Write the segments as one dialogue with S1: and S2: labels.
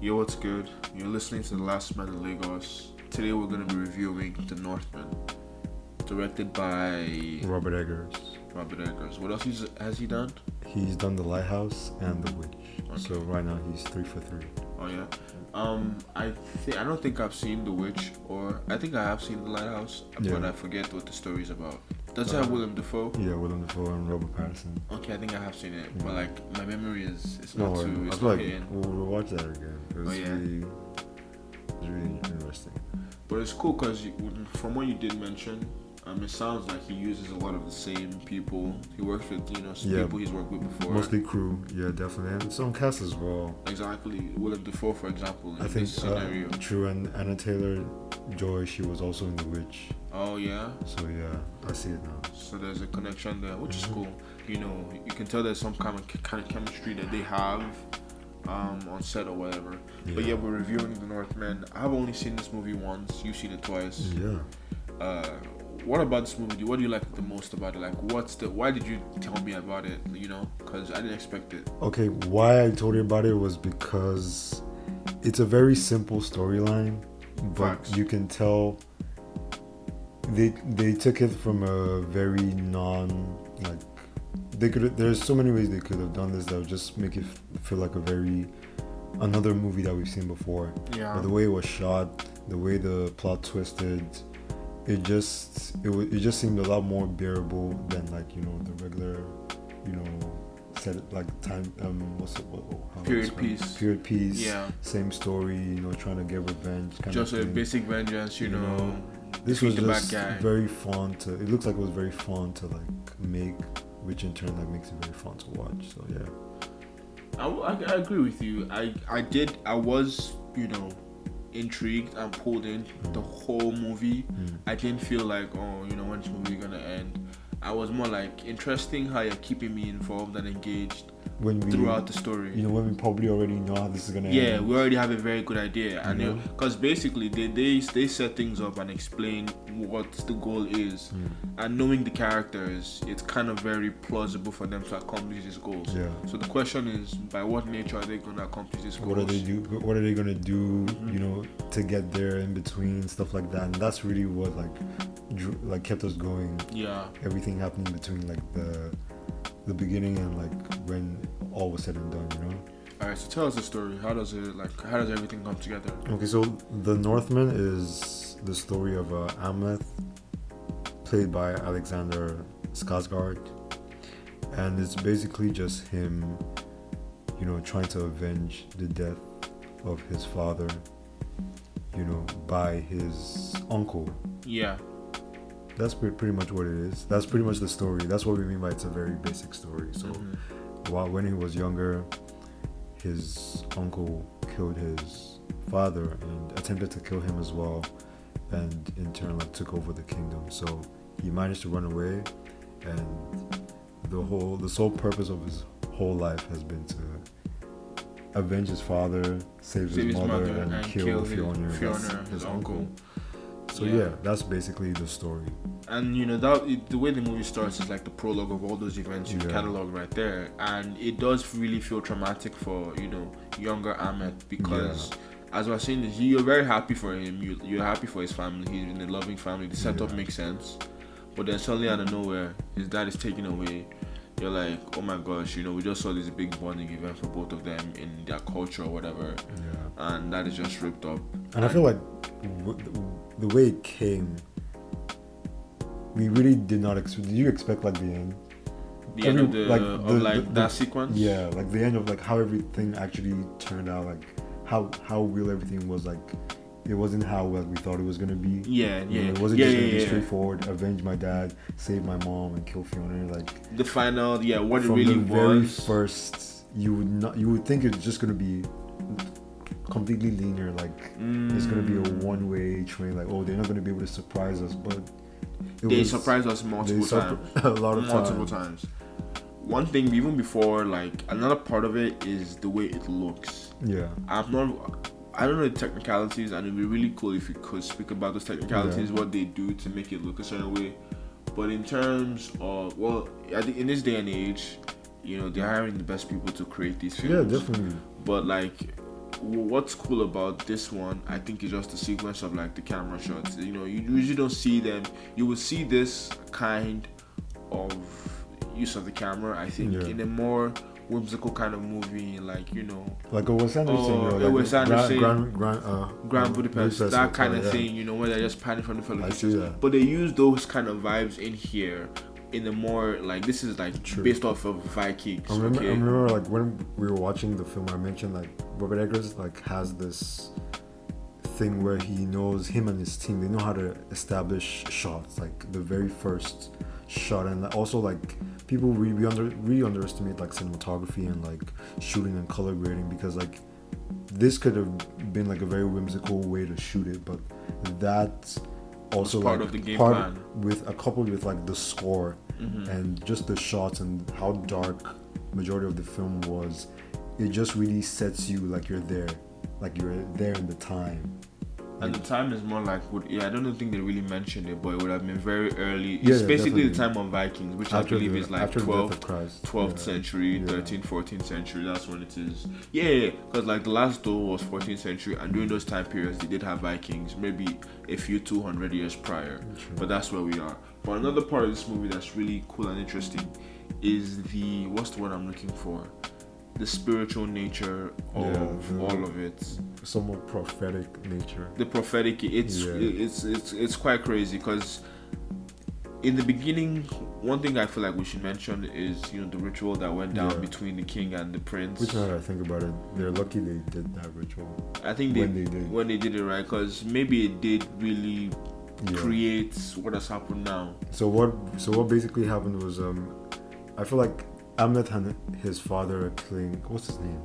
S1: Yo, what's good? You're listening to The Last Man in Lagos. Today we're going to be reviewing The Northman, directed by
S2: Robert Eggers.
S1: Robert Eggers. What else is, has he done?
S2: He's done The Lighthouse and The Witch. So
S1: Okay.
S2: right now he's three for three.
S1: Oh yeah. Um, I thi- I don't think I've seen The Witch, or I think I have seen The Lighthouse, but
S2: Yeah.
S1: I forget what the story's about. Does it
S2: Uh,
S1: have William Dafoe?
S2: Yeah, Willem Dafoe and Robert Pattinson.
S1: Okay, I think I have seen it,
S2: Yeah.
S1: but like my memory is it's
S2: No,
S1: not too.
S2: I
S1: It's
S2: feel
S1: not
S2: like
S1: hidden.
S2: we'll, we'll watch that again. It was
S1: Oh, yeah.
S2: really, it was really interesting.
S1: But it's cool because from what you did mention, um, it sounds like he uses a lot of the same people. He works with you know some
S2: Yeah.
S1: people he's worked with before.
S2: Mostly crew, yeah, definitely, and some cast as well.
S1: Exactly, Willem Dafoe, for example, in
S2: I think
S1: this
S2: uh,
S1: scenario.
S2: True and Anna Taylor Joy, she was also in The Witch.
S1: oh yeah,
S2: So yeah, I see it now.
S1: so there's a connection there, which
S2: Mhm.
S1: is cool. You know, you can tell there's some kind of, kind of chemistry that they have um, on set or whatever. But yeah, we're reviewing The Northman. I've only seen this movie once. You've seen it twice.
S2: yeah.
S1: uh, what about this movie? What do you like the most about it? Like, what's the? Why did you tell me about it? You know, because I didn't expect it.
S2: Okay, why I told you about it was because it's a very simple storyline, but
S1: Facts.
S2: you can tell they they took it from a very non like they could there's so many ways they could have done this that would just make it f- feel like a very another movie that we've seen before.
S1: Yeah.
S2: But the way it was shot, the way the plot twisted, it just it, wa- it just seemed a lot more bearable than like you know the regular, you know, set like time um what's it what, how do I
S1: Period
S2: describe it?
S1: piece.
S2: period piece
S1: Yeah.
S2: same story you know trying to get revenge kind
S1: Just
S2: of
S1: a
S2: thing.
S1: basic vengeance, you
S2: You
S1: know.
S2: know, this
S1: defeat
S2: was
S1: the bad
S2: just
S1: guy.
S2: very fun to it looks like it was very fun to like make which in turn like makes it very fun to watch so yeah
S1: I, I, I agree with you. I I did. I was you know intrigued and pulled in the whole movie.
S2: Mm.
S1: I didn't feel like oh you know when's the movie gonna end. I was more like interesting how you're keeping me involved and engaged
S2: when we
S1: throughout the story.
S2: you know when we probably already know how this is gonna
S1: Yeah,
S2: end
S1: we already have a very good idea. I know
S2: Mhm.
S1: because basically they, they they set things up and explain what the goal is,
S2: Mm.
S1: and knowing the characters, it's kind of very plausible for them to accomplish these goals.
S2: yeah
S1: So the question is, by what nature are they going to accomplish these goals?
S2: what are they do what are they gonna do
S1: Mhm.
S2: you know to get there in between stuff like that and that's really what like drew, like kept us going
S1: Yeah,
S2: everything happening between like the the beginning and like when all was said and done you know
S1: all right. So tell us the story. How does it like? How does everything come together?
S2: Okay, so the Northman is the story of uh, Amleth, played by Alexander Skarsgård, and it's basically just him, you know, trying to avenge the death of his father, you know, by his uncle.
S1: Yeah,
S2: That's pre- pretty much what it is. That's pretty much the story. That's what we mean by it's a very basic story. So
S1: mhm.
S2: while when he was younger, his uncle killed his father and attempted to kill him as well, and in turn like took over the kingdom. So he managed to run away, and the whole the sole purpose of his whole life has been to avenge his father, save, his, mother, and, kill, Fiona, his, his, uncle. So
S1: Yeah.
S2: yeah. that's basically the story.
S1: and you know that it, the way the movie starts is like the prologue of all those events you
S2: Yeah.
S1: catalog right there and it does really feel traumatic for you know younger ahmed because as i was saying this you're very happy for him you, you're happy for his family he's in a loving family the setup
S2: Yeah.
S1: makes sense but then suddenly out of nowhere his dad is taken away you're like oh my gosh you know we just saw this big bonding event for both of them in their culture or whatever
S2: Yeah.
S1: and that is just ripped up
S2: And I feel like w- the way it came, we really did not expect. Did you expect like the end?
S1: the end of
S2: Every-
S1: the
S2: like,
S1: of
S2: the-
S1: like
S2: the-
S1: that
S2: the-
S1: sequence
S2: Yeah, like the end of like how everything actually turned out, like how how real everything was. Like it wasn't how like we thought it was gonna be.
S1: yeah
S2: You
S1: yeah
S2: know, it wasn't
S1: yeah,
S2: just
S1: yeah,
S2: gonna be
S1: yeah.
S2: straightforward. Avenge my dad, save my mom, and kill Fiona. Like
S1: the final yeah what it
S2: from
S1: really
S2: the very
S1: was
S2: first, you would not you would think it's just gonna be completely linear, like. It's gonna be a
S1: Mm.
S2: one-way train. Like, oh, they're not gonna be able to surprise us, but it
S1: they surprised us multiple times
S2: surpri- a lot of
S1: multiple
S2: times.
S1: times one thing even before like another part of it is the way it looks
S2: Yeah,
S1: i'm not i don't know the technicalities and it'd be really cool if you could speak about those technicalities what they do to make it look a certain way but in terms of well I think in this day and age you know they're hiring the best people to create these films
S2: yeah, definitely.
S1: but like what's cool about this one, I think, is just the sequence of like the camera shots. You know, you usually don't see them. You will see this kind of use of the camera, I think,
S2: Yeah.
S1: in a more whimsical kind of movie, like you know,
S2: Like a Wes Anderson,
S1: Oh,
S2: you know,
S1: a
S2: like
S1: Wes
S2: Grand-
S1: Anderson.
S2: Grand, Grand, uh,
S1: Grand Budapest, that kind of
S2: yeah.
S1: thing. You know, where they're just panning from the fellow
S2: I see
S1: pictures.
S2: that.
S1: But they use those kind of vibes in here, in a more like this is like
S2: True.
S1: based off of Vikings.
S2: I remember,
S1: okay?
S2: I remember, like when we were watching the film, I mentioned like Robert Eggers like has this thing where he knows him and his team. They know how to establish shots, like the very first shot, and also like people we we under really underestimate like cinematography and like shooting and color grading because like this could have been like a very whimsical way to shoot it, but that also
S1: part
S2: like
S1: of the game plan. Mm-hmm.
S2: with uh, coupled with like the score and just the shots and how dark majority of the film was it just really sets you like you're there like you're there in the time
S1: And the time is more like, would, yeah, I don't think they really mentioned it, but it would have been very early.
S2: Yeah,
S1: it's
S2: yeah,
S1: basically the
S2: definitely.
S1: time of Vikings, which I believe is like
S2: after the
S1: 12th,
S2: death of Christ
S1: 12th
S2: yeah.
S1: century,
S2: Yeah.
S1: 13th, 14th century. That's when it is. Yeah, yeah, because like the last door was 14th century, and during those time periods, they did have Vikings, maybe a few 200 years prior.
S2: True.
S1: But that's where we are. But another part of this movie that's really cool and interesting is the what's the word I'm looking for? The spiritual nature
S2: Yeah,
S1: of
S2: the-
S1: all of it
S2: somewhat prophetic nature
S1: the prophetic it's
S2: Yeah.
S1: it's it's it's quite crazy because in the beginning one thing i feel like we should mention is you know the ritual that went down
S2: Yeah.
S1: between the king and the prince
S2: which now that i think about it they're lucky they did that ritual
S1: i think they
S2: when
S1: when
S2: they
S1: they
S2: did.
S1: did, it right because maybe it did really
S2: Yeah.
S1: create what has happened now
S2: So what? So what basically happened was, um, I feel like Amnet and his father are killing. What's his name?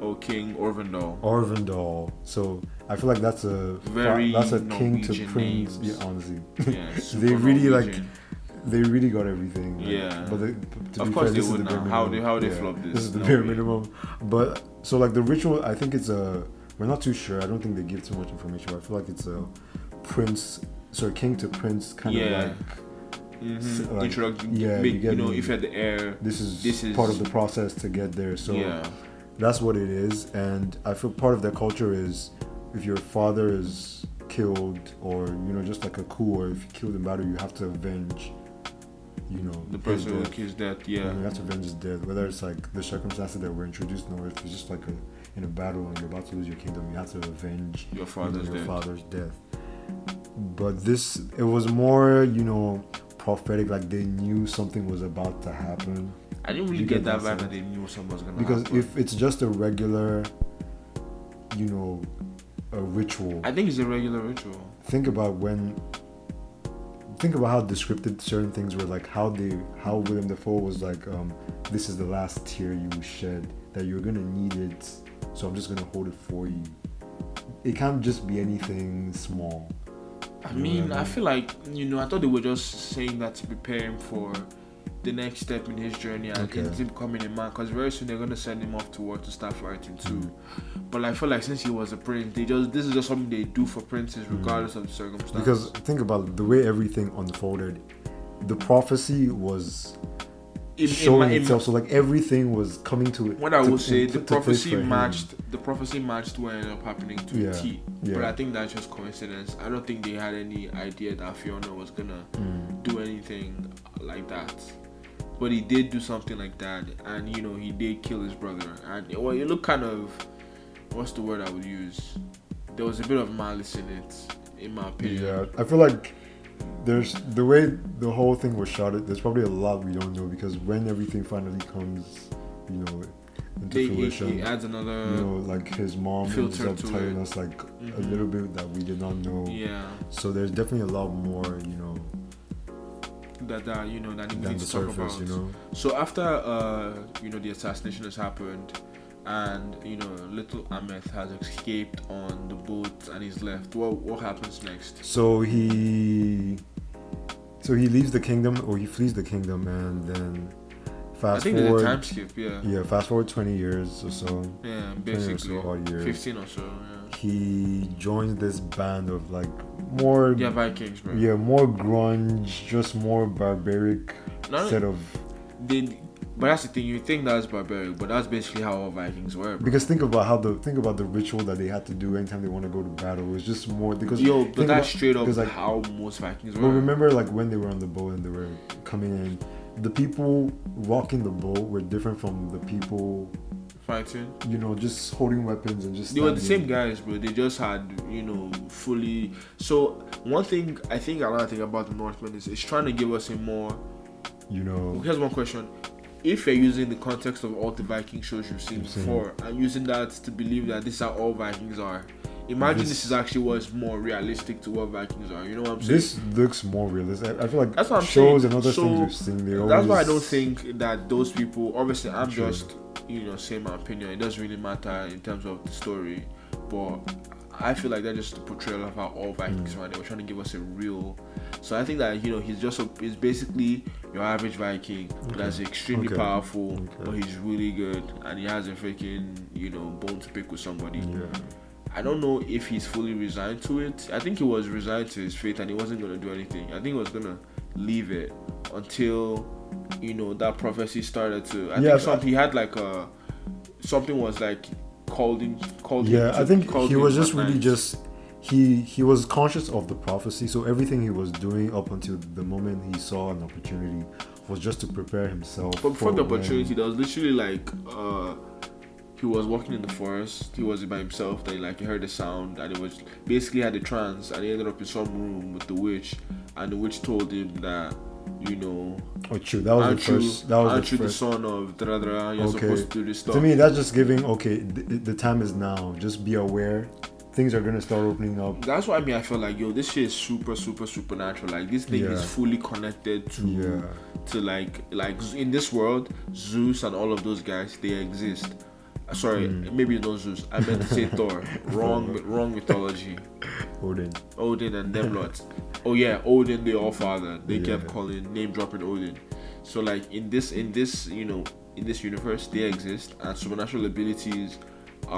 S1: oh king orvindal
S2: Arvindal. So I feel like that's a fa-
S1: Very
S2: that's a king to
S1: Norwegian
S2: prince.
S1: names.
S2: Yeah, honestly,
S1: yeah
S2: they
S1: super
S2: really like.
S1: Norwegian.
S2: They really got everything. like,
S1: Yeah.
S2: But they, to
S1: Of
S2: be
S1: course
S2: fair,
S1: they
S2: this is
S1: would
S2: the bare
S1: now. How they-
S2: minimum.
S1: how they
S2: Yeah,
S1: flop
S2: this.
S1: this,
S2: is the
S1: no
S2: bare
S1: way.
S2: minimum. But so like the ritual, I think it's a. We're not too sure. I don't think they give too much information. But I feel like it's a prince, sorry, king to prince kind
S1: Yeah.
S2: of like.
S1: Mhm.
S2: like,
S1: Introduct-
S2: yeah,
S1: make-
S2: you
S1: you,
S2: get
S1: know
S2: me.
S1: if you're the heir
S2: This is,
S1: This is-
S2: part of the process to get there. So
S1: yeah
S2: that's what it is and i feel part of their culture is if your father is killed or you know just like a coup or if you killed in battle you have to avenge you know
S1: the
S2: his
S1: person who
S2: death.
S1: accused that
S2: You know, you
S1: yeah
S2: have to avenge his death whether it's like the circumstances that were introduced or if it's just like a, in a battle and you're about to lose your kingdom you have to avenge
S1: your father's
S2: you know,
S1: dead
S2: your father's death but this it was more you know prophetic like they knew something was about to happen
S1: i didn't
S2: You
S1: really get
S2: get
S1: that
S2: that
S1: vibe that they knew something was gonna
S2: because
S1: happen.
S2: if it's just a regular you know a ritual
S1: I think it's a regular ritual.
S2: think about when think about how descriptive certain things were like how they how william defoe was like um this is the last tear you shed that you're gonna need it so i'm just gonna hold it for you it can't just be anything small
S1: I
S2: You know
S1: mean,
S2: what I
S1: I feel like you know, I thought they were just saying that to prepare him for the next step in his journey and
S2: Okay.
S1: him becoming a man. Because very soon they're gonna send him off to war to start fighting too.
S2: Mm.
S1: But I feel like since he was a prince, they just this is just something they do for princes, regardless of the circumstance.
S2: because think about the way everything unfolded the prophecy was
S1: in, in, my-
S2: showing
S1: in,
S2: itself so like everything was coming to
S1: what I
S2: to-
S1: would say,
S2: in-
S1: the
S2: to place
S1: prophecy
S2: for him.
S1: matched the prophecy matched what ended up happening to
S2: Yeah,
S1: a T.
S2: yeah.
S1: But I think that's just coincidence. I don't think they had any idea that Fiona was gonna
S2: Mm.
S1: do anything like that. But he did do something like that, and you know he did kill his brother. And well, it looked kind of what's the word I would use? There was a bit of malice in it, in my opinion.
S2: Yeah, I feel like there's the way the whole thing was shot. There's probably a lot we don't know because when everything finally comes, you know, into
S1: They, it,
S2: fruition,
S1: it adds another.
S2: you know, like his mom ends
S1: filter
S2: up
S1: uh, to
S2: telling
S1: it.
S2: us like a
S1: Mhm.
S2: little bit that we did not know.
S1: yeah,
S2: So there's definitely a lot more, you know,
S1: that that you know that we
S2: than
S1: need
S2: the
S1: to talk
S2: surface.
S1: about.
S2: You know,
S1: So after uh, you know the assassination has happened, and you know little Ameth has escaped on the boat and he's left. What what happens next?
S2: so he, so he leaves the kingdom or he flees the kingdom, and then
S1: I
S2: fast
S1: think there's a time
S2: forward.
S1: skip. Yeah,
S2: Yeah, fast forward 20 years or so.
S1: yeah,
S2: 20 or
S1: basically
S2: so odd years.
S1: fifteen or so. Yeah,
S2: he joins this band of like more
S1: yeah
S2: yeah,
S1: Vikings, bro.
S2: more grunge, just more barbaric
S1: Not,
S2: set of
S1: they But that's the thing. You think that's barbaric, but that's basically how all Vikings were. Bro.
S2: Because think about how the think about the ritual that they had to do anytime they want to go to battle. It's just more because
S1: Yo,
S2: think
S1: but that's
S2: about-
S1: straight up
S2: because, like,
S1: how most Vikings
S2: But
S1: were.
S2: remember, like when they were on the boat and they were coming in, the people walking the boat were different from the people,
S1: fighting.
S2: you know, just holding weapons and just.
S1: They were the same
S2: standing.
S1: guys, bro. They just had, you know, fully. So one thing I think another thing about the Northmen is it's trying to give us a more.
S2: You know,
S1: Here's one question: If you're using the context of all the Viking shows you've seen
S2: You've seen.
S1: before and using that to believe that this is how all Vikings are, imagine
S2: This-
S1: this, is actually what's more realistic to what Vikings are. You know what I'm saying?
S2: this looks more realistic. I I feel like
S1: That's what I'm
S2: shows
S1: saying.
S2: and other
S1: So,
S2: things we've seen. They
S1: That's why I
S2: always-
S1: don't think that those people. Obviously, I'm
S2: True.
S1: just you know saying my opinion. It doesn't really matter in terms of the story, but I feel like that's just a portrayal of how all
S2: Mm.
S1: Vikings were. They were trying to give us a real. So I think that you know he's just a, he's basically your average Viking that's extremely
S2: Okay.
S1: powerful,
S2: Okay.
S1: but he's really good and he has a freaking you know bone to pick with somebody.
S2: Yeah.
S1: I don't know if he's fully resigned to it. I think he was resigned to his fate and he wasn't gonna do anything. I think he was gonna leave it until you know that prophecy started to. I
S2: Yeah,
S1: think
S2: but-
S1: something he had like a something was like called in called. him
S2: yeah
S1: to-
S2: i think
S1: called
S2: he
S1: him
S2: was
S1: that
S2: just really
S1: night.
S2: just he he was conscious of the prophecy so everything he was doing up until the moment he saw an opportunity was just to prepare himself
S1: But before the
S2: when-
S1: opportunity, there was literally like uh, he was walking in the forest. He was by himself. Then like he heard a sound, and it was basically had a trance, and he ended up in some room with the witch, and the witch told him that you know
S2: oh true that was
S1: aren't
S2: the first that was
S1: aren't
S2: the
S1: you
S2: first
S1: son of da da You're
S2: Okay.
S1: supposed to do this stuff.
S2: to me that's just giving okay the, the time is now just be aware things are going to start opening up
S1: that's why I mean I feel like yo, this shit is super, super, supernatural. Like this thing is
S2: Yeah.
S1: fully connected to
S2: yeah
S1: to like like Z- in this world, Zeus and all of those guys they exist. Uh, Sorry,
S2: Hmm.
S1: maybe not Zeus. I meant to say Thor. Wrong, wrong mythology.
S2: odin
S1: Odin and them lots. Oh yeah, Odin the All Father. They
S2: Yeah.
S1: kept calling name dropping Odin. So like in this in this you know in this universe they exist and supernatural abilities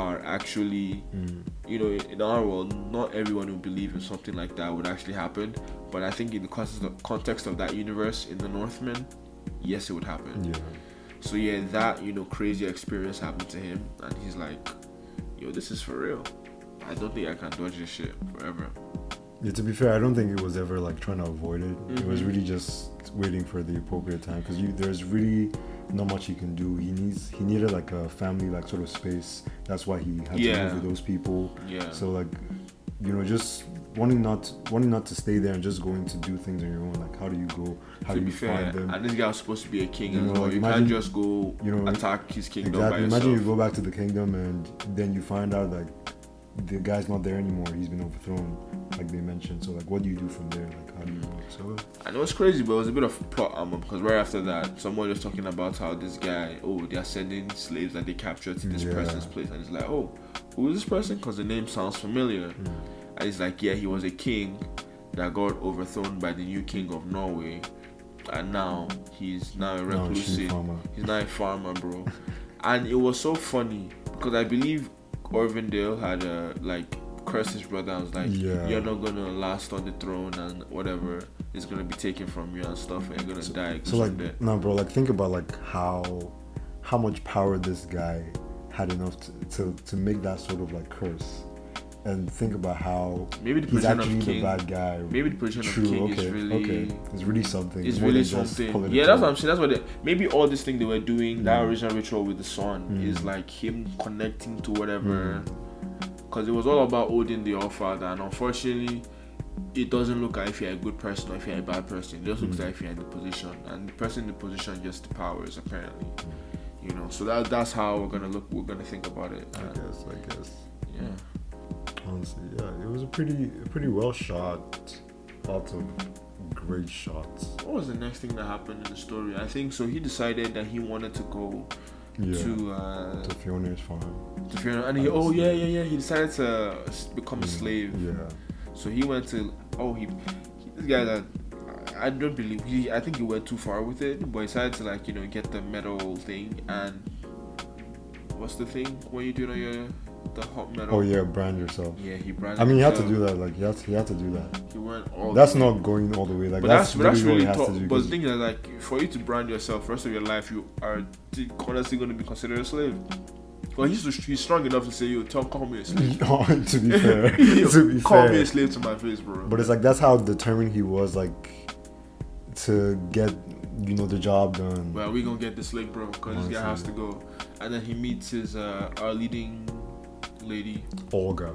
S1: are actually
S2: Mm.
S1: you know in our world not everyone who believe in something like that would actually happen but I think in the context of, context of that universe in the Northmen yes it would happen
S2: yeah
S1: so yeah that you know crazy experience happened to him and he's like yo this is for real I don't think I can dodge this shit forever
S2: yeah, to be fair, I don't think it was ever like trying to avoid it. It was
S1: Mhm.
S2: really just waiting for the appropriate time because you there's really not much he can do. He needs he needed like a family like sort of space. That's why he had to
S1: Yeah.
S2: move with those people.
S1: yeah
S2: So like, you know, just wanting not wanting not to stay there and just going to do things on your own. Like, how do you go? How
S1: to
S2: do
S1: be
S2: you
S1: fair,
S2: find them?
S1: and this guy was supposed to be a king
S2: You
S1: as
S2: know,
S1: well.
S2: like,
S1: You
S2: imagine-
S1: can't just go
S2: you know,
S1: attack his kingdom by
S2: Exactly.
S1: yourself.
S2: Imagine you go back to the kingdom and then you find out like the guy's not there anymore. He's been overthrown, like they mentioned. So like, what do you do from there? Like, how do you work? So
S1: I know it's crazy, but it was a bit of plot armor because right after that, someone was talking about how this guy, oh, they are sending slaves that they captured to this
S2: Yeah.
S1: person's place, and it's like, oh, who is this person? Because the name sounds familiar,
S2: Hmm.
S1: and it's like, yeah, he was a king that got overthrown by the new king of Norway, and now he's now a
S2: no,
S1: recluse.
S2: sheep farmer.
S1: He's not a farmer, bro. And it was so funny because I believe Orvindale had uh, like cursed his brother. I was like,
S2: Yeah.
S1: "You're not gonna last on the throne, and whatever is gonna be taken from you and stuff, and you're gonna die."
S2: So like, no, bro. Like, think about like how how much power this guy had enough to to, to make that sort of like curse, and think about how
S1: maybe the
S2: he's
S1: position of
S2: actually the
S1: king,
S2: bad guy.
S1: maybe the position
S2: True.
S1: of king
S2: okay.
S1: is really.
S2: okay. It's really something.
S1: It's
S2: more
S1: really
S2: than just
S1: something.
S2: political.
S1: Yeah, that's what I'm saying. That's what they, maybe all this thing they were doing, that
S2: Mm.
S1: original ritual with the sun,
S2: Mm.
S1: is like him connecting to whatever.
S2: Mm.
S1: Because it was all about Odin the All Father, and unfortunately, it doesn't look at if you're a good person or if you're a bad person. It just looks
S2: Mm.
S1: at if you're in the position, and the person in the position just the powers apparently. You know, so that that's how we're gonna look. We're gonna think about it.
S2: I
S1: And,
S2: guess. I guess.
S1: yeah.
S2: Honestly, yeah, it was a pretty, a pretty well shot. Lots of great shots.
S1: What was the next thing that happened in the story? I think so. He decided that he wanted to go
S2: Yeah.
S1: to uh,
S2: to Fiona's farm.
S1: To Fiona, and he, oh yeah, yeah, yeah, he decided to s- become a
S2: Mm,
S1: slave.
S2: Yeah.
S1: So he went to, oh, he, he- this guy that, I don't believe he, I think he went too far with it, but he decided to like you know get the metal thing and, what's the thing when you do it on your the hot metal.
S2: Oh yeah, brand yourself.
S1: Yeah, he branded.
S2: I mean, he had to
S1: himself.
S2: do that. Like he had to, he had to do that.
S1: He went all.
S2: That's
S1: the way.
S2: not going all the way. Like
S1: But that's, but that's
S2: literally
S1: really
S2: what he
S1: tough.
S2: has to do.
S1: But the
S2: 'cause-
S1: thing is, like, for you to brand yourself, rest of your life, you are t- honestly going to be considered a slave. Well, he's he's strong enough to say, "Yo, Tom, call me a slave."
S2: to be fair,
S1: Yo,
S2: to be
S1: call
S2: fair.
S1: me a slave to my face, bro.
S2: But it's like that's how determined he was, like to get you know the job done.
S1: well, we gonna get this slave, bro, because this
S2: Honestly.
S1: guy has to go. And then he meets his uh, our leading lady,
S2: Olga.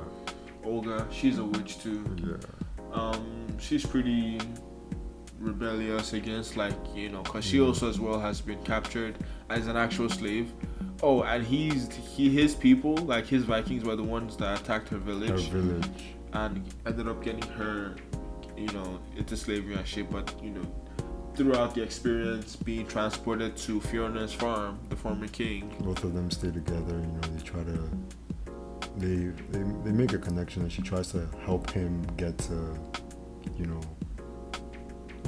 S1: Olga. She's a witch too.
S2: Yeah.
S1: um, she's pretty rebellious against like you know because she
S2: Mhm.
S1: also as well has been captured as an actual slave oh and he's he his people like his vikings were the ones that attacked her
S2: Her
S1: village
S2: village.
S1: and ended up getting her you know into slavery and shit but you know throughout the experience being transported to fiona's farm the former king
S2: Both of them stay together. You know, they try to. They, they they make a connection, and she tries to help him get to, you know,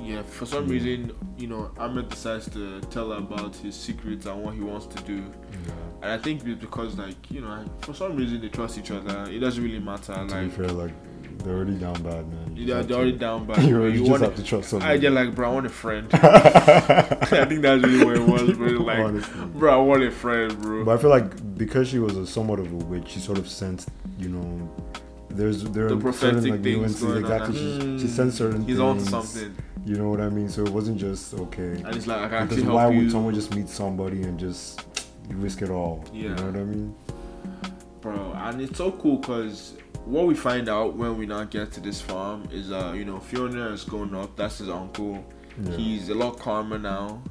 S1: yeah for some
S2: Mhm.
S1: reason you know ahmed decides to tell her about his secrets and what he wants to do
S2: yeah.
S1: And I think it's because like you know, for some reason they trust each other. It doesn't really matter.
S2: To be
S1: Like
S2: fair, like they're already down bad, man. You
S1: they're,
S2: just
S1: they're
S2: have
S1: already
S2: to-
S1: down bad.
S2: You,
S1: bro.
S2: already
S1: You
S2: just
S1: want
S2: have to trust
S1: I
S2: somebody.
S1: just like bro, I want a friend. I think that's really where it was. Really like
S2: Honestly.
S1: bro, I want a friend, bro.
S2: But I feel like because she was a somewhat of a witch, she sort of sensed, you know, there's there
S1: the
S2: are
S1: prophetic
S2: certain like
S1: things
S2: nuances.
S1: going on.
S2: Exactly, she,
S1: like,
S2: she sensed certain.
S1: He's
S2: things,
S1: on to something,
S2: You know what I mean? So it wasn't just okay.
S1: and it's like I can
S2: Because
S1: actually
S2: why
S1: help
S2: would
S1: you,
S2: someone just meet somebody and just you risk it all? You
S1: Yeah.
S2: know what I mean?
S1: bro. And it's so cool because what we find out when we now get to this farm is uh you know Fiona is grown up. That's his uncle.
S2: Yeah.
S1: He's a lot calmer now.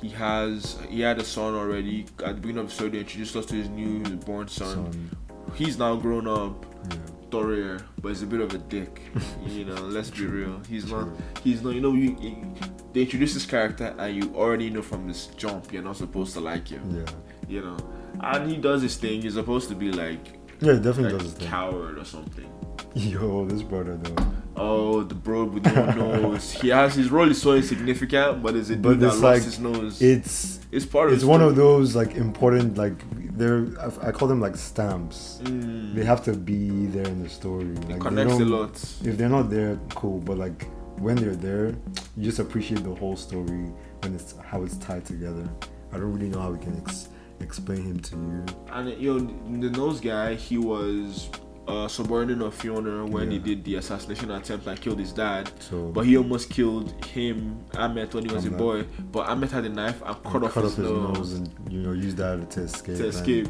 S1: He has he had a son already. At the beginning of the story, they introduced us to his newborn son.
S2: Son,
S1: He's now grown up,
S2: yeah,
S1: thorough, but he's a bit of a dick. you know, let's be real. He's not.
S2: true.
S1: He's not. You know, you, you- they introduce this character, and you already know from this jump you're not supposed to like him.
S2: Yeah,
S1: You know, and he does his thing. He's supposed to be like
S2: yeah, it definitely does his
S1: a
S2: thing.
S1: coward or something.
S2: Yo, this brother though.
S1: Oh, the bro with no nose. He has his role is so insignificant, but is it
S2: But
S1: dude that
S2: it's
S1: lost
S2: like-
S1: his nose?
S2: It's
S1: it's part of.
S2: it's
S1: the
S2: one
S1: story.
S2: of those like important like they're I- I call them like stamps.
S1: Mm.
S2: They have to be there in the story. Like, they
S1: it connects a
S2: don't-
S1: lot.
S2: If they're not there, cool. But like when they're there, you just appreciate the whole story when it's how it's tied together. I don't really know how we can ex- explain him to you.
S1: And you know, the nose guy, he was a subordinate of Fiona when he
S2: Yeah. Oh.
S1: did the assassination attempt and killed his dad.
S2: So
S1: But he almost killed him, Ahmet, when he was a
S2: Ahmet.
S1: boy. But Ahmet had a knife and cut off his, nose,
S2: and you know use that to escape.
S1: to
S2: and-
S1: escape.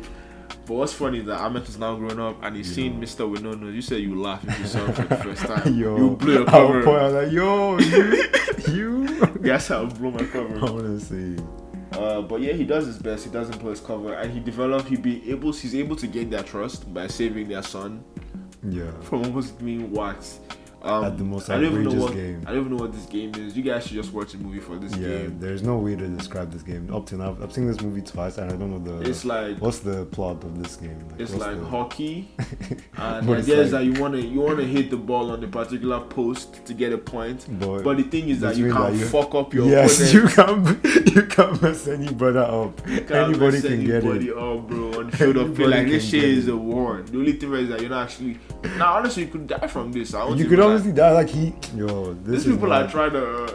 S1: But what's funny is that Ahmet is now grown up and he's
S2: Yeah.
S1: seen Mr. with no nose. You said you laughed if you saw him for the first time.
S2: Yo,
S1: you blew your
S2: I would point
S1: cover.
S2: out like, yo, you, you.
S1: Yes, I blew my cover.
S2: Honestly,
S1: Uh, but yeah, he does his best. He doesn't pull his cover, and he develops. He be able. He's able to gain their trust by saving their son
S2: yeah.
S1: from almost being waxed. Um,
S2: At the most
S1: I don't even know
S2: outrageous
S1: what,
S2: game.
S1: I don't even know what this game is. You guys should just watch the movie for this
S2: yeah,
S1: game.
S2: there's no way to describe this game. Up to now, I've seen this movie twice, and I don't know the.
S1: It's like
S2: what's the plot of this game?
S1: it's
S2: what's
S1: like
S2: the-
S1: hockey, and the
S2: But it's
S1: idea is
S2: like-
S1: that you wanna you wanna hit the ball on a particular post to get a point.
S2: But,
S1: But the thing is that
S2: It's
S1: you
S2: really
S1: can't
S2: like you-
S1: fuck up your
S2: yes,
S1: opponent.
S2: you can't you can't mess any brother up.
S1: can't
S2: Anybody
S1: mess
S2: can get
S1: anybody
S2: it.
S1: up, bro. On the field of play,
S2: Anybody
S1: like this
S2: can
S1: shit
S2: get
S1: is
S2: it.
S1: a war. The only thing is that you're not actually. Now, honestly, you could die from this. I won't
S2: You
S1: even
S2: could
S1: lie.
S2: honestly die like he. Yo, this
S1: These
S2: is
S1: people
S2: not-
S1: are trying to uh,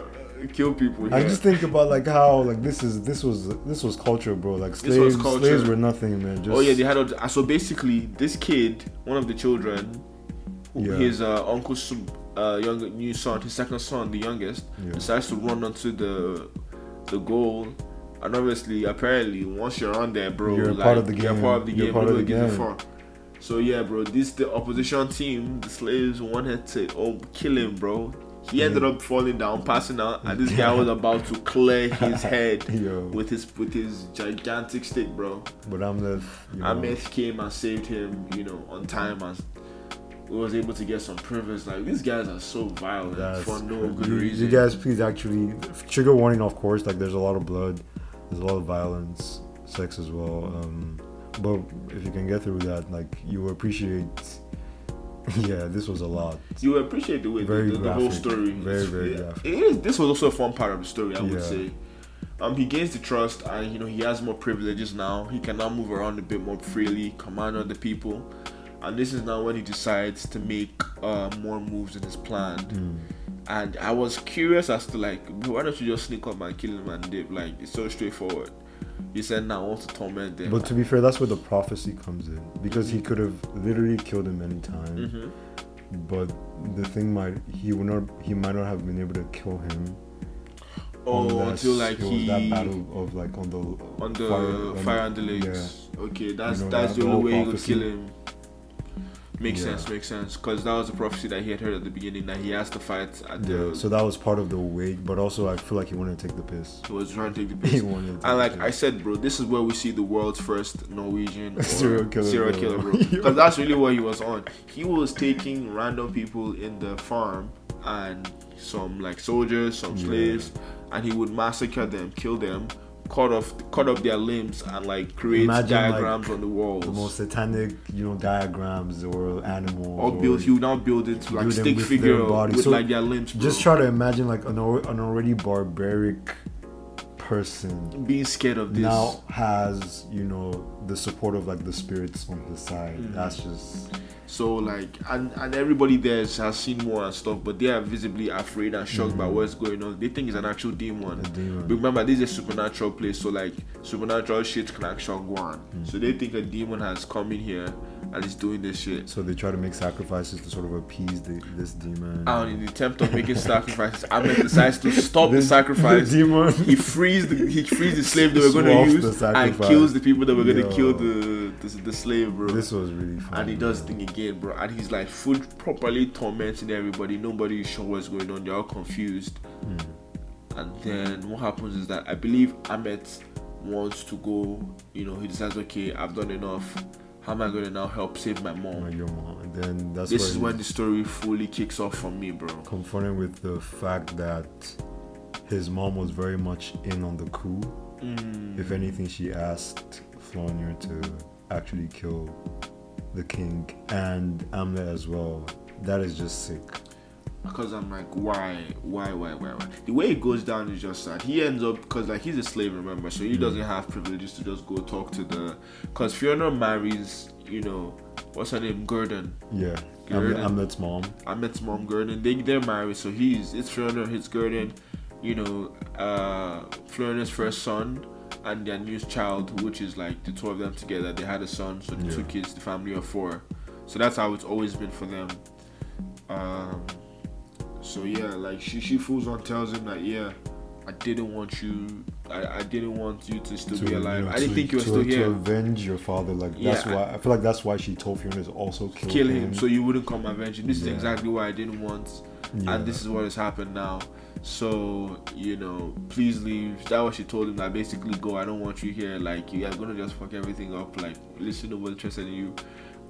S1: kill people. Here.
S2: I just think about like how like this is this was this was culture, bro. Like
S1: This
S2: slaves,
S1: was culture.
S2: slaves were nothing, man. Just,
S1: oh yeah, they had. A, uh, so basically, this kid, one of the children, who-
S2: Yeah.
S1: his uh, uncle's uh, young new son, his second son, the youngest,
S2: Yeah.
S1: decides to run onto the the goal. And obviously, apparently, once you're on there, bro,
S2: You're a
S1: like,
S2: part of the
S1: You're
S2: game.
S1: part of the
S2: You're
S1: game.
S2: part of
S1: nobody
S2: the
S1: gives a
S2: game.
S1: fuck. So yeah, bro, this the opposition team, the slaves wanted to oh, kill him, bro. He ended up falling down, passing out, and this guy was about to clear his head
S2: Yo.
S1: with his with his gigantic stick, bro.
S2: but I'm the you know,
S1: Ahmed came and saved him, you know, on time and we was able to get some privilege. Like these guys are so violent
S2: that's-
S1: for no good
S2: you,
S1: reason.
S2: You guys, please actually trigger warning, of course. Like there's a lot of blood, there's a lot of violence, sex as well. Um, but if you can get through that, like you will appreciate. Yeah, this was a lot.
S1: you appreciate the way the,
S2: Very
S1: the, the whole
S2: graphic.
S1: story.
S2: Very, very
S1: yeah.
S2: graphic.
S1: It is, this was also a fun part of the story, I would
S2: Yeah.
S1: say. Um, he gains the trust, and you know he has more privileges now. He can now move around a bit more freely, command other people, and this is now when he decides to make uh, more moves than his plan.
S2: Hmm.
S1: And I was curious as to like, why don't you just sneak up and kill him and dip? Like it's so straightforward. He said, "Now I want to torment them."
S2: But to be fair, that's where the prophecy comes in because
S1: Mm-hmm.
S2: he could have literally killed him anytime.
S1: Mhm.
S2: But the thing might he would not he might not have been able to kill him.
S1: oh,
S2: unless
S1: until like
S2: it was
S1: he
S2: that battle of like on the
S1: on the
S2: on-
S1: fire and the lakes. Okay, that's
S2: know,
S1: that's
S2: that-
S1: the only
S2: the whole
S1: way you could
S2: prophecy.
S1: kill him. Makes
S2: Yeah.
S1: sense, makes sense. Because that was a prophecy that he had heard at the beginning that he has to fight at
S2: Yeah,
S1: the.
S2: so that was part of the wake, but also I feel like he wanted to take the piss.
S1: he was trying to take the
S2: He
S1: piss.
S2: wanted. To
S1: And
S2: take
S1: like
S2: the
S1: I said, bro, this is where we see the world's first Norwegian or
S2: Serial killer,
S1: serial
S2: bro.
S1: killer, bro. Because that's really what he was on. He was taking random people in the farm and some like soldiers, some
S2: Yeah.
S1: slaves, and he would massacre them, kill them, cut off, cut up their limbs, and like create
S2: Imagine, like,
S1: diagrams on the walls.
S2: the most satanic, you know, diagrams or animals.
S1: or build, he would now build it to like
S2: build them
S1: stick
S2: with
S1: figure
S2: their body.
S1: with
S2: So,
S1: like their limbs, bro.
S2: Just try to imagine like an, al- an already barbaric person
S1: being scared of this.
S2: now has you know the support of like the spirits on the side.
S1: Mm.
S2: That's just
S1: So like, and and everybody there is- has seen more and stuff, but they are visibly afraid and shocked by what's going on. They think it's an actual demon.
S2: Mm. a demon.
S1: But remember, this is a supernatural place, so like supernatural shit can actually go on.
S2: Mm.
S1: So they think a demon has come in here and is doing this shit.
S2: So they try to make sacrifices to sort of appease the, this demon.
S1: And in the attempt of making sacrifices, Ahmed decides to stop the sacrifice.
S2: The demon.
S1: he frees the he frees the slave they were going to
S2: Swaps the
S1: use and
S2: sacrifice.
S1: kills the people that were going to
S2: Yo.
S1: kill the, the the slave, bro.
S2: this was really funny.
S1: and he does the thing again, bro. And he's like full properly tormenting everybody. Nobody is sure what's going on. They're all confused. And then what happens is that I believe Ahmet wants to go. You know, he decides, okay, I've done enough. How am I going to now help save my mom?
S2: Like your mom. Oh And then that's
S1: this
S2: where
S1: is
S2: he-
S1: when the story fully kicks off for me, bro.
S2: confronted with the fact that his mom was very much in on the coup.
S1: Mm.
S2: If anything, she asked Flonir to actually kill the king and Amlet as well. That is just sick.
S1: Because I'm like, why, why, why, why, why? The way it goes down is just sad. He ends up because like he's a slave, remember? So he doesn't have privileges to just go talk to the. Because Fiona marries, you know, what's her name, Gurdon.
S2: Yeah,
S1: You heard
S2: Amlet,
S1: it.
S2: Amlet's mom.
S1: I met mom Gurdon. They they're married, so he's it's Fiona, his Gurdon, you know, uh Fiona's first son and their new child, which is like the two of them together. They had a son, so the two
S2: Yeah.
S1: kids, the family of four. So that's how it's always been for them. Um so yeah, like she she fools on tells him that yeah, I didn't want you I, I didn't want you to still
S2: to,
S1: be
S2: you
S1: alive.
S2: know,
S1: I didn't
S2: to-
S1: think you were
S2: to-
S1: still
S2: to
S1: here.
S2: avenge your father. Like
S1: Yeah,
S2: that's
S1: I-
S2: why I feel like that's why she told Fiona to also kill,
S1: Kill him so you wouldn't come avenging. This
S2: Yeah.
S1: is exactly what I didn't want.
S2: Yeah.
S1: and this is what has happened now. So you know, please leave. That what she told him. That basically, go. I don't want you here. Like you are gonna just fuck everything up. Like listen, nobody interested in you.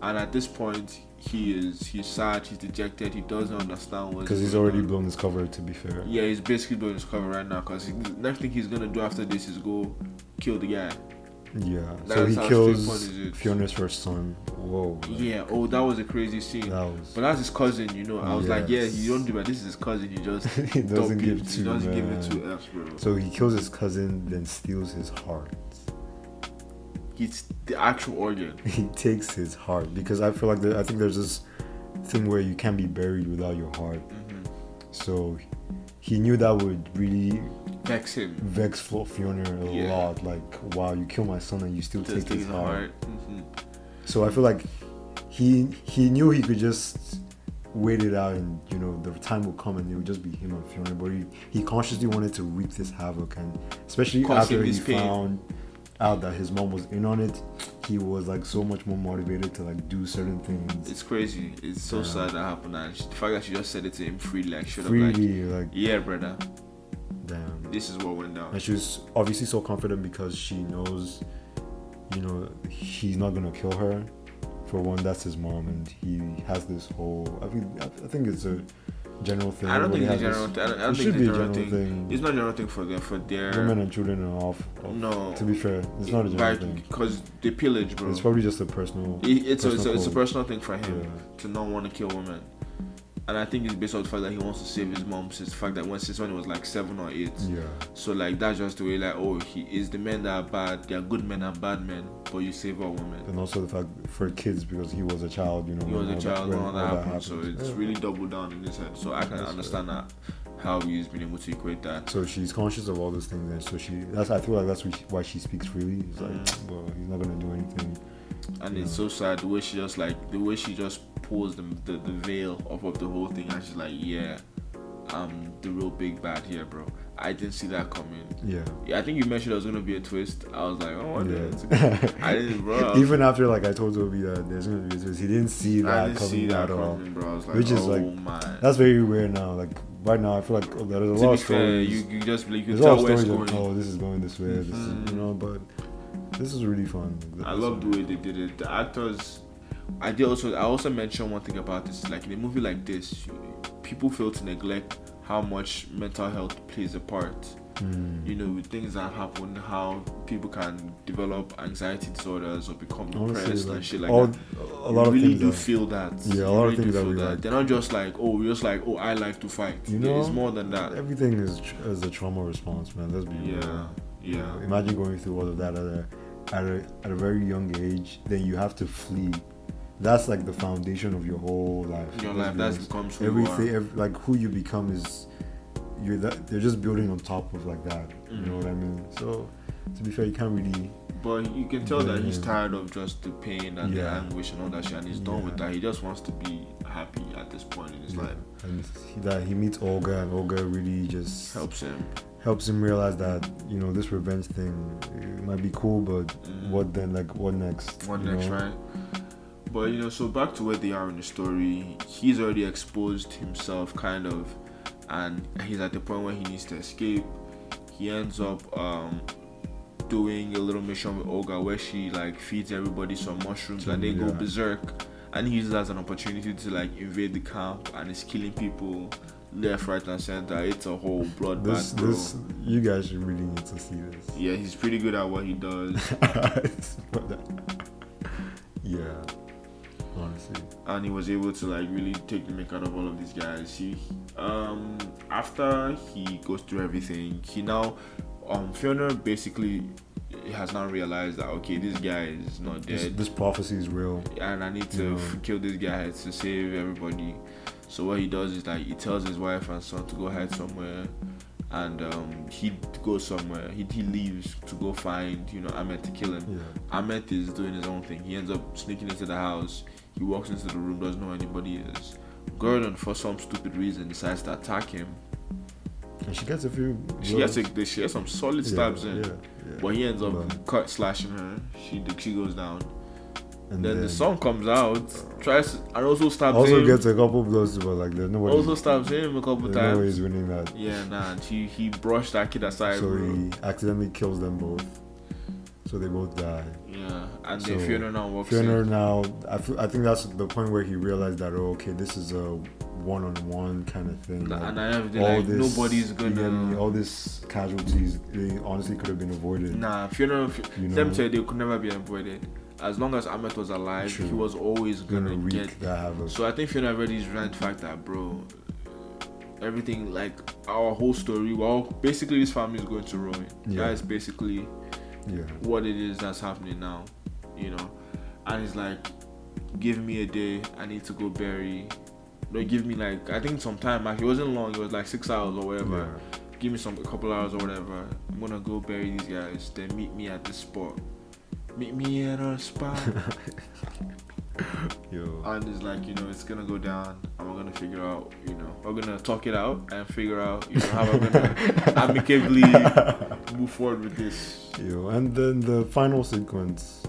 S1: And at this point, he is he's sad. He's dejected. He doesn't understand what's
S2: because he's
S1: going
S2: already
S1: on.
S2: blown his cover. To be fair,
S1: Yeah, he's basically blowing his cover right now. Cause he, next thing he's gonna do after this is go kill the guy.
S2: yeah. So
S1: That's
S2: he
S1: how
S2: kills
S1: straightforward it is.
S2: Fiona's first son. Whoa, like,
S1: Yeah. Oh, that was a crazy scene.
S2: that was.
S1: But that's his cousin, you know. I was like, yeah,
S2: Yes.
S1: you don't do that. This is his cousin. He just
S2: he doesn't
S1: don't be-
S2: give
S1: He
S2: two.
S1: doesn't give
S2: man.
S1: it two F's, bro.
S2: So he kills his cousin, then steals his heart.
S1: It's the actual organ.
S2: He takes his heart because I feel like there, I think there's this thing where you can't be buried without your heart. Mm-hmm. So he knew that would really
S1: Vex him.
S2: vex Flo- Fiona a
S1: Yeah.
S2: lot. Like, wow, you kill my son and you still
S1: Just
S2: take
S1: his
S2: his heart.
S1: heart. Mhm.
S2: So I feel like he he knew he could just wait it out and you know the time will come and it would just be him and Fiona. But he, he consciously wanted to wreak this havoc and especially
S1: Cause him
S2: after he
S1: his pain.
S2: found out that his mom was in on it, he was like so much more motivated to like do certain things
S1: It's crazy. It's so
S2: Yeah.
S1: sad that happened. And the fact that she just said it to him freely, like, should have, like,
S2: freely. Like
S1: yeah, brother,
S2: damn.
S1: this is what went down.
S2: And she was obviously so confident because she knows, you know, he's not gonna kill her. For one, that's his mom, and he has this whole. I think I think it's a general thing.
S1: I don't think it's
S2: Everybody
S1: a
S2: has
S1: general.
S2: this-
S1: Th- I don't, I don't
S2: it
S1: think
S2: should
S1: it's
S2: be a general thing.
S1: It's not a general thing for their for their.
S2: Women and children are off. off.
S1: no,
S2: To be fair, it's not a general thing.
S1: because they pillage, bro.
S2: It's probably just a personal.
S1: It- it's, a, it's, a,
S2: personal
S1: it's a
S2: code.
S1: personal thing for him
S2: Yeah.
S1: to not want to kill women. and I think it's based on the fact that he wants to save his mom since the fact that when since when he was like seven or eight.
S2: Yeah.
S1: So like that's just the way like oh he is the men that are bad they are good men and bad men but you save all women.
S2: And also the fact for kids because he was a child, you know.
S1: He
S2: when
S1: was a
S2: all
S1: child
S2: when
S1: and all that happened so
S2: happened.
S1: it's
S2: Yeah.
S1: really doubled down in his head. So I can
S2: That's
S1: understand that how he's been able to equate that.
S2: So she's conscious of all those things, and so she. That's I feel like that's why she- why she speaks freely. It's like,
S1: Mhm.
S2: well, he's not gonna do anything.
S1: And it's
S2: Yeah.
S1: so sad the way she just like the way she just pulls the the, the veil off of the whole thing and she's like yeah I'm the real big bad here bro. I didn't see that coming.
S2: Yeah.
S1: Yeah, I think you mentioned there was gonna be a twist. I was like, oh, what the- it's a
S2: Yeah.
S1: I didn't, bro.
S2: Even after like I told Obi that there's gonna be a twist, he didn't see that
S1: I didn't
S2: coming
S1: see that
S2: at all.
S1: coming, bro. I was like,
S2: Which is
S1: oh
S2: like-
S1: man.
S2: That's very weird now. Like right now, I feel like oh, there's a
S1: to
S2: lot
S1: be
S2: of
S1: fair,
S2: stories.
S1: you, you just like, you
S2: there's
S1: can
S2: a lot
S1: tell
S2: of
S1: where it's
S2: stories like,
S1: going.
S2: oh, this is going this way. This
S1: Mhm.
S2: is, you know, but this is really fun.
S1: I love the way they did it. The actors. I did also. I also mentioned one thing about this. Like in a movie like this, you- people fail to neglect how much mental health plays a part.
S2: Mm.
S1: You know, with things that happen, how people can develop anxiety disorders or become
S2: Honestly,
S1: depressed
S2: like,
S1: and shit like
S2: all,
S1: that.
S2: a lot
S1: you
S2: of
S1: really
S2: things.
S1: do
S2: that-
S1: feel that.
S2: Yeah, a
S1: You
S2: lot of
S1: really do
S2: things that
S1: feel
S2: we like.
S1: They're not just like, oh, we're just like, oh, I like to fight.
S2: You
S1: it's
S2: know,
S1: more than that.
S2: Everything is tr- is a trauma response, man. Let's be
S1: Yeah,
S2: real. You know,
S1: yeah,
S2: Imagine going through all of that at a, at a at a very young age. Then you have to flee. That's like the foundation of your whole life.
S1: Your
S2: Let's
S1: life
S2: be
S1: that's
S2: honest.
S1: becomes who
S2: everything.
S1: you
S2: ev- like who you become is you're that they're just building on top of like that. You know what I mean? So to be fair, you can't really.
S1: are. But you can tell that he's
S2: Yeah.
S1: tired of just the pain and the
S2: Yeah.
S1: anguish and all that shit, and he's done with
S2: Yeah.
S1: that. He just wants to be happy at this point in his
S2: Yeah.
S1: life.
S2: And he, that he meets Olga, and Olga really just
S1: Helps him.
S2: helps him realize that you know this revenge thing it might be cool, but
S1: Mm.
S2: what then? Like what next?
S1: One
S2: you
S1: next,
S2: know?
S1: right? But you know, so back to where they are in the story, he's already exposed himself, kind of, and he's at the point where he needs to escape. He ends up um, doing a little mission with Olga where she like feeds everybody some mushrooms and they go
S2: Yeah.
S1: berserk, and he uses that as an opportunity to like invade the camp and is killing people left, right, and center. It's a whole bloodbath,
S2: This,
S1: bro.
S2: this, you guys should really need to see this.
S1: Yeah, he's pretty good at what he does.
S2: It's not that- yeah, honestly,
S1: and he was able to like really take the make out of all of these guys. He um after he goes through everything, he now um Fiona basically has now realized that okay, this guy is not
S2: this,
S1: dead,
S2: this prophecy is real.
S1: and I need to
S2: Yeah.
S1: f- kill this guy to save everybody. So what he does is like he tells his wife and son to go hide somewhere. And um, he goes somewhere. He, he leaves to go find, you know, Ahmed to kill him.
S2: Yeah,
S1: Ahmed is doing his own thing. He ends up sneaking into the house. He walks into the room, doesn't know anybody is. Gordon, for some stupid reason, decides to attack him.
S2: and she gets a few.
S1: She gets, a, she gets some solid stabs in,
S2: Yeah, yeah.
S1: but he ends up
S2: But-
S1: cut slashing her. She she goes down.
S2: and
S1: Then, the son comes out, tries to, and also stabs
S2: also
S1: him.
S2: gets a couple blows, but like there's no way.
S1: also stabs him a couple
S2: there's no way
S1: times.
S2: he's winning that.
S1: Yeah, nah. and He he brushed that kid aside,
S2: so
S1: bro.
S2: he accidentally kills them both. So they both die.
S1: yeah, and then
S2: So,
S1: Fiona now walks in.
S2: Fiona now, I, f- I think that's the point where he realized that oh, okay, this is a one-on-one kind of thing. like,
S1: And I have the, like nobody's
S2: you get
S1: gonna.
S2: me, all this casualties. They honestly could have been avoided.
S1: Nah, funeral. Fu-
S2: You
S1: Them
S2: know?
S1: two, they could never be avoided. As long as Ahmed was alive,
S2: True.
S1: he was always
S2: Gonna
S1: gonna
S2: wreak
S1: get.
S2: that havoc.
S1: So I think Fiona already is right fact that, bro. Everything like our whole story. Well, basically this family is going to ruin.
S2: Yeah.
S1: That is basically
S2: yeah,
S1: what it is that's happening now, you know. And it's like, give me a day. I need to go bury. No, give me like I think some time. Like it wasn't long. It was like six hours or whatever
S2: yeah.
S1: give me some a couple hours or whatever. I'm gonna go bury these guys. Then meet me at this spot. Meet me at a spot.
S2: Yo,
S1: and it's like you know, it's gonna go down, and we're gonna figure out. You know, we're gonna talk it out and figure out. You know, how we're gonna amicably move forward with this.
S2: yo, and then the final sequence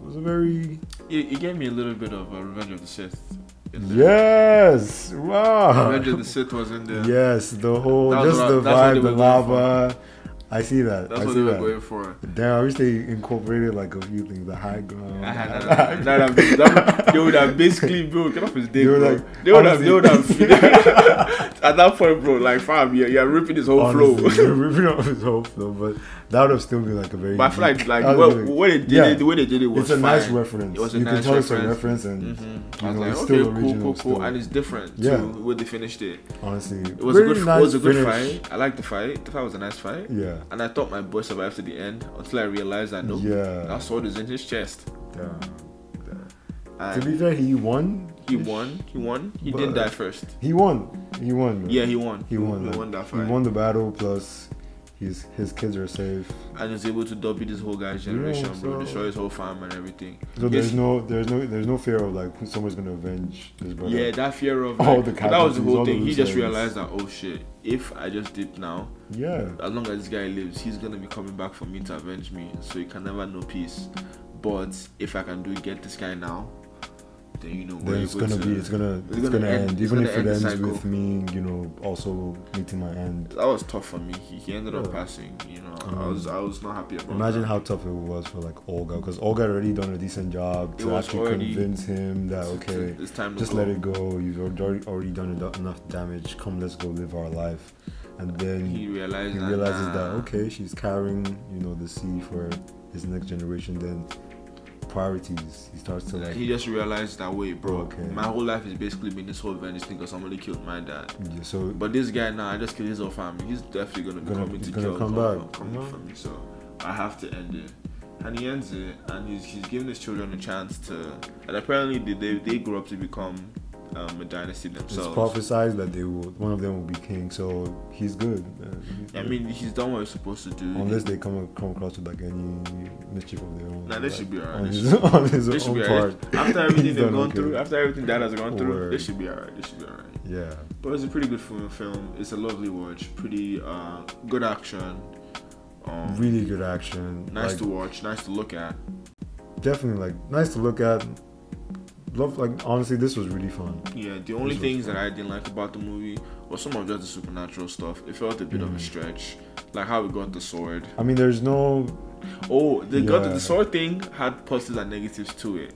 S2: was a very
S1: It, it gave me a little bit of uh, Revenge of the Sith. in there.
S2: yes, wow.
S1: Revenge of the Sith was in there.
S2: Yes, the whole
S1: That was
S2: just
S1: what I-
S2: the
S1: that's what they
S2: vibe, the
S1: were going for.
S2: lava. I see that.
S1: That's
S2: I
S1: what
S2: see
S1: they were
S2: that.
S1: going for.
S2: Damn, I wish they incorporated like a few things, the high ground.
S1: I had that. that would have- that- they would have basically bro, cut off his dick,
S2: They were
S1: bro.
S2: like,
S1: they would have, they would have.
S2: honestly-
S1: at that point, bro, like fam, you're, you're ripping his whole
S2: Honestly,
S1: flow.
S2: ripping off his whole flow, but That would have still been like a very.
S1: But I feel like
S2: deep-
S1: like
S2: that
S1: what,
S2: would've been-
S1: what they did
S2: yeah.
S1: it, the way they did it was
S2: it's a nice
S1: fine.
S2: reference.
S1: It was a
S2: you
S1: nice
S2: can tell it's a
S1: reference.
S2: reference, and
S1: Mhm.
S2: you
S1: I was
S2: know,
S1: like,
S2: it's
S1: okay,
S2: still
S1: cool,
S2: original,
S1: cool, cool,
S2: still-
S1: and it's different
S2: Yeah.
S1: too. Where they finished it,
S2: honestly,
S1: it was a good,
S2: nice
S1: it was a good
S2: finish.
S1: fight. I liked the fight. The fight was a nice fight,
S2: Yeah,
S1: and I thought my boy survived to the end until I realized that no,
S2: yeah.
S1: that sword is in his chest.
S2: Damn. To
S1: And
S2: be fair, he won.
S1: he won. He won. He didn't
S2: But-
S1: die first.
S2: He won. He won. Man.
S1: Yeah, he won.
S2: He won.
S1: He
S2: man.
S1: won that
S2: He
S1: fight.
S2: won the battle. Plus, his his kids are safe.
S1: and was able to W this whole guy's
S2: Yeah,
S1: generation, bro.
S2: so-
S1: Destroy his whole farm and everything.
S2: So
S1: Yes.
S2: there's no there's no there's no fear of like someone's gonna avenge his brother.
S1: Yeah, that fear of
S2: All
S1: like,
S2: the
S1: that was the
S2: casualties,
S1: whole
S2: all the
S1: thing. He
S2: loose
S1: just
S2: ends.
S1: realized that oh shit, if I just dip now,
S2: Yeah.
S1: as long as this guy lives, he's gonna be coming back for me to avenge me. So he can never know peace. But if I can do get this guy now, then you know we're
S2: Then it's
S1: able
S2: gonna
S1: to-
S2: be it's gonna it's, gonna, end,
S1: it's
S2: even
S1: gonna
S2: if it
S1: end the
S2: ends
S1: cycle.
S2: with me you know also meeting my end.
S1: That was tough for me. He, he ended up
S2: Yeah.
S1: passing. You know, I
S2: Um,
S1: was I was not happy about.
S2: Imagine
S1: that.
S2: how tough it was for like Olga because Olga had already done a decent job
S1: It
S2: to
S1: was
S2: actually
S1: already-
S2: convince him that
S1: It's- it's-
S2: okay
S1: it's time to
S2: just
S1: go.
S2: let it go you've already already done eno- enough damage come let's go live our life and then
S1: He
S2: he,
S1: realized that,
S2: realizes that
S1: nah,
S2: okay she's carrying you know the seed for his next generation then priorities he starts to like
S1: he just realized that wait, bro.
S2: Okay.
S1: My whole life has basically been this whole vengeance thing because somebody killed my dad.
S2: yeah, so
S1: But this guy now, I just killed his whole family. He's definitely gonna be
S2: Gonna-
S1: coming to
S2: gonna
S1: kill
S2: come
S1: us all
S2: back,
S1: for- coming
S2: yeah.
S1: for me. So I have to end it. And he ends it, and he's, he's giving his children a chance to. And apparently, they they, they grow up to become um, a dynasty
S2: it's
S1: themselves.
S2: prophesized that they will one of them will be king so he's good man. He's
S1: I
S2: good.
S1: mean, he's done what he's supposed to do.
S2: Unless they come come across with like any mischief of their own.
S1: Nah, they
S2: like,
S1: should be alright.
S2: On
S1: They
S2: his, on his
S1: They should
S2: own
S1: be
S2: part.
S1: alright. After everything
S2: He's
S1: they've
S2: done
S1: gone
S2: okay.
S1: through, after everything that has gone through, they
S2: Word.
S1: should be alright. They should be alright.
S2: Yeah.
S1: But it's a pretty good film. Film. It's a lovely watch. Pretty uh, good action. Um,
S2: Really good action.
S1: nice
S2: like,
S1: to watch. Nice to look at.
S2: Definitely like nice to look at. Love like honestly, this was really fun.
S1: Yeah, the only
S2: was
S1: things
S2: fun.
S1: that I didn't like about the movie was some of just the supernatural stuff. It felt a bit of a
S2: Mhm.
S1: stretch, like how we got the sword.
S2: I mean, there's no
S1: Oh, they got the,
S2: Yeah.
S1: the sword thing had positives and negatives to it.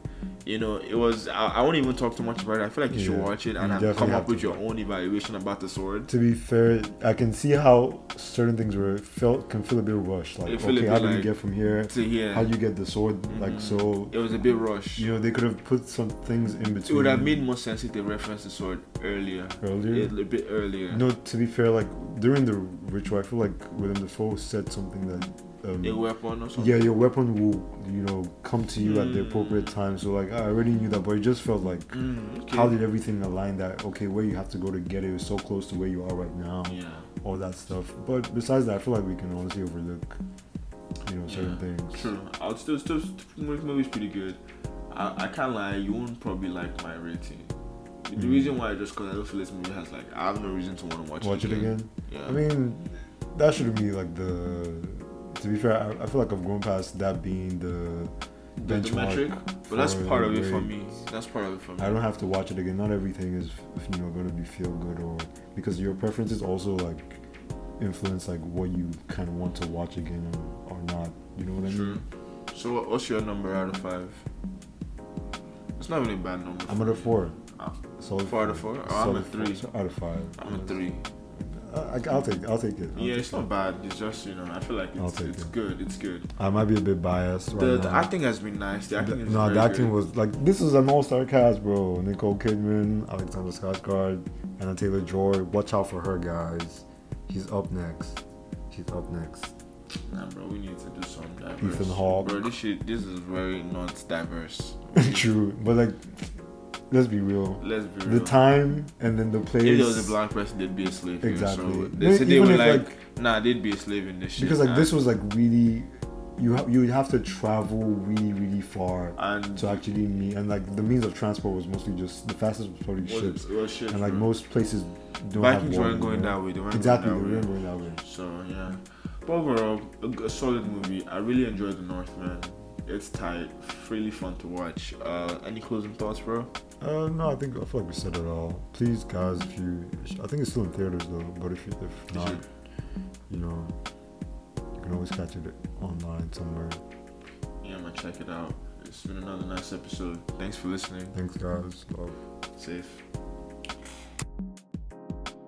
S1: You know, it was. I, I won't even talk too much about it. I feel like you should
S2: Yeah,
S1: watch it
S2: you
S1: and have
S2: definitely
S1: come up
S2: have to.
S1: with your own evaluation about the sword.
S2: to be fair. I can see how certain things were felt can feel a bit rushed. Like
S1: It feel a
S2: okay,
S1: bit
S2: how do you
S1: like-
S2: get from here?
S1: To
S2: How
S1: hear,
S2: do you get the sword? Like
S1: Mhm.
S2: so,
S1: it was a bit rushed.
S2: you know, they could have put some things in
S1: It
S2: between.
S1: would have made more sense if they referenced the sword earlier,
S2: earlier.
S1: a little bit earlier.
S2: No, to be fair, like during the ritual, I feel like William Defoe said something that, um,
S1: a weapon or something.
S2: yeah, your weapon will, you know, come to you at the
S1: Mm.
S2: appropriate time. So like, I already knew that, but it just felt like,
S1: Mm, okay.
S2: how did everything align that? Okay, where you have to go to get it is so close to where you are right now,
S1: yeah.
S2: all that stuff. But besides that, I feel like we can honestly overlook, you know, certain
S1: Yeah,
S2: things.
S1: True. I'll still still the movie's pretty good. I, I can't lie, you won't probably like my rating. The
S2: Mm.
S1: reason why is just because I don't feel this movie has like I have no reason to want to watch,
S2: Watch it again.
S1: Yeah.
S2: I mean, that should be like the. To be fair, I, I feel like I've grown past that being the.
S1: the, the
S2: benchmark
S1: metric, but that's
S2: for
S1: part of
S2: the
S1: it for
S2: grade.
S1: me. That's part of it for me.
S2: I don't have to watch it again. Not everything is, you know, going to be feel good or because your preferences also like influence like what you kind of want to watch again or, or not. You know what I mean?
S1: True. So what, what's your number out of five? It's not even a bad number.
S2: I'm at a four.
S1: Ah.
S2: Solid
S1: Four out of four? Oh, I'm
S2: Solid
S1: at three.
S2: four. Out of five.
S1: I'm a three.
S2: I, I'll take. I'll take it. I'll
S1: Yeah,
S2: take
S1: it's not
S2: it.
S1: bad. It's just you know I feel like
S2: I'll
S1: it's,
S2: take
S1: it's
S2: it.
S1: good. It's good.
S2: I might be a bit biased right
S1: the,
S2: now.
S1: the acting has been nice. The acting
S2: The-
S1: is
S2: no,
S1: very
S2: the acting
S1: good.
S2: was like this is an all-star cast, bro. Nicole Kidman, Alexander Skarsgård, Anna Taylor Joy. Watch out for her, guys. She's up next. She's up next.
S1: Nah, bro, we need to do some diverse.
S2: Ethan Hawke.
S1: Bro, this shit, this is very not diverse.
S2: True, but like, let's be real.
S1: Let's be
S2: The
S1: real.
S2: time and then the place.
S1: if there was a black person, they'd be a slave. here,
S2: Exactly.
S1: So they said they
S2: Even
S1: were
S2: if,
S1: like, nah, they'd be a slave in this shit.
S2: because like
S1: and,
S2: this was like really, you ha- you would have to travel really really far
S1: and
S2: to actually meet, and like the means of transport was mostly just the fastest was probably
S1: was,
S2: ships,
S1: it was ships.
S2: and like
S1: bro.
S2: most places don't have
S1: Vikings
S2: water,
S1: weren't going
S2: you know?
S1: that way. They weren't
S2: Exactly, they
S1: going that
S2: weren't
S1: way.
S2: going that way.
S1: So yeah, but overall, a, g- a solid movie. I really enjoyed The Northman. It's tight, really fun to watch. Uh, any closing thoughts, bro?
S2: Uh, no, I think I feel like we said it all. Please, guys, if you, I think it's still in theaters though. But if you, if not, you know, you can always catch it online somewhere.
S1: Yeah, man, check it out. It's been another nice episode. Thanks for listening.
S2: Thanks, guys. Love.
S1: Safe.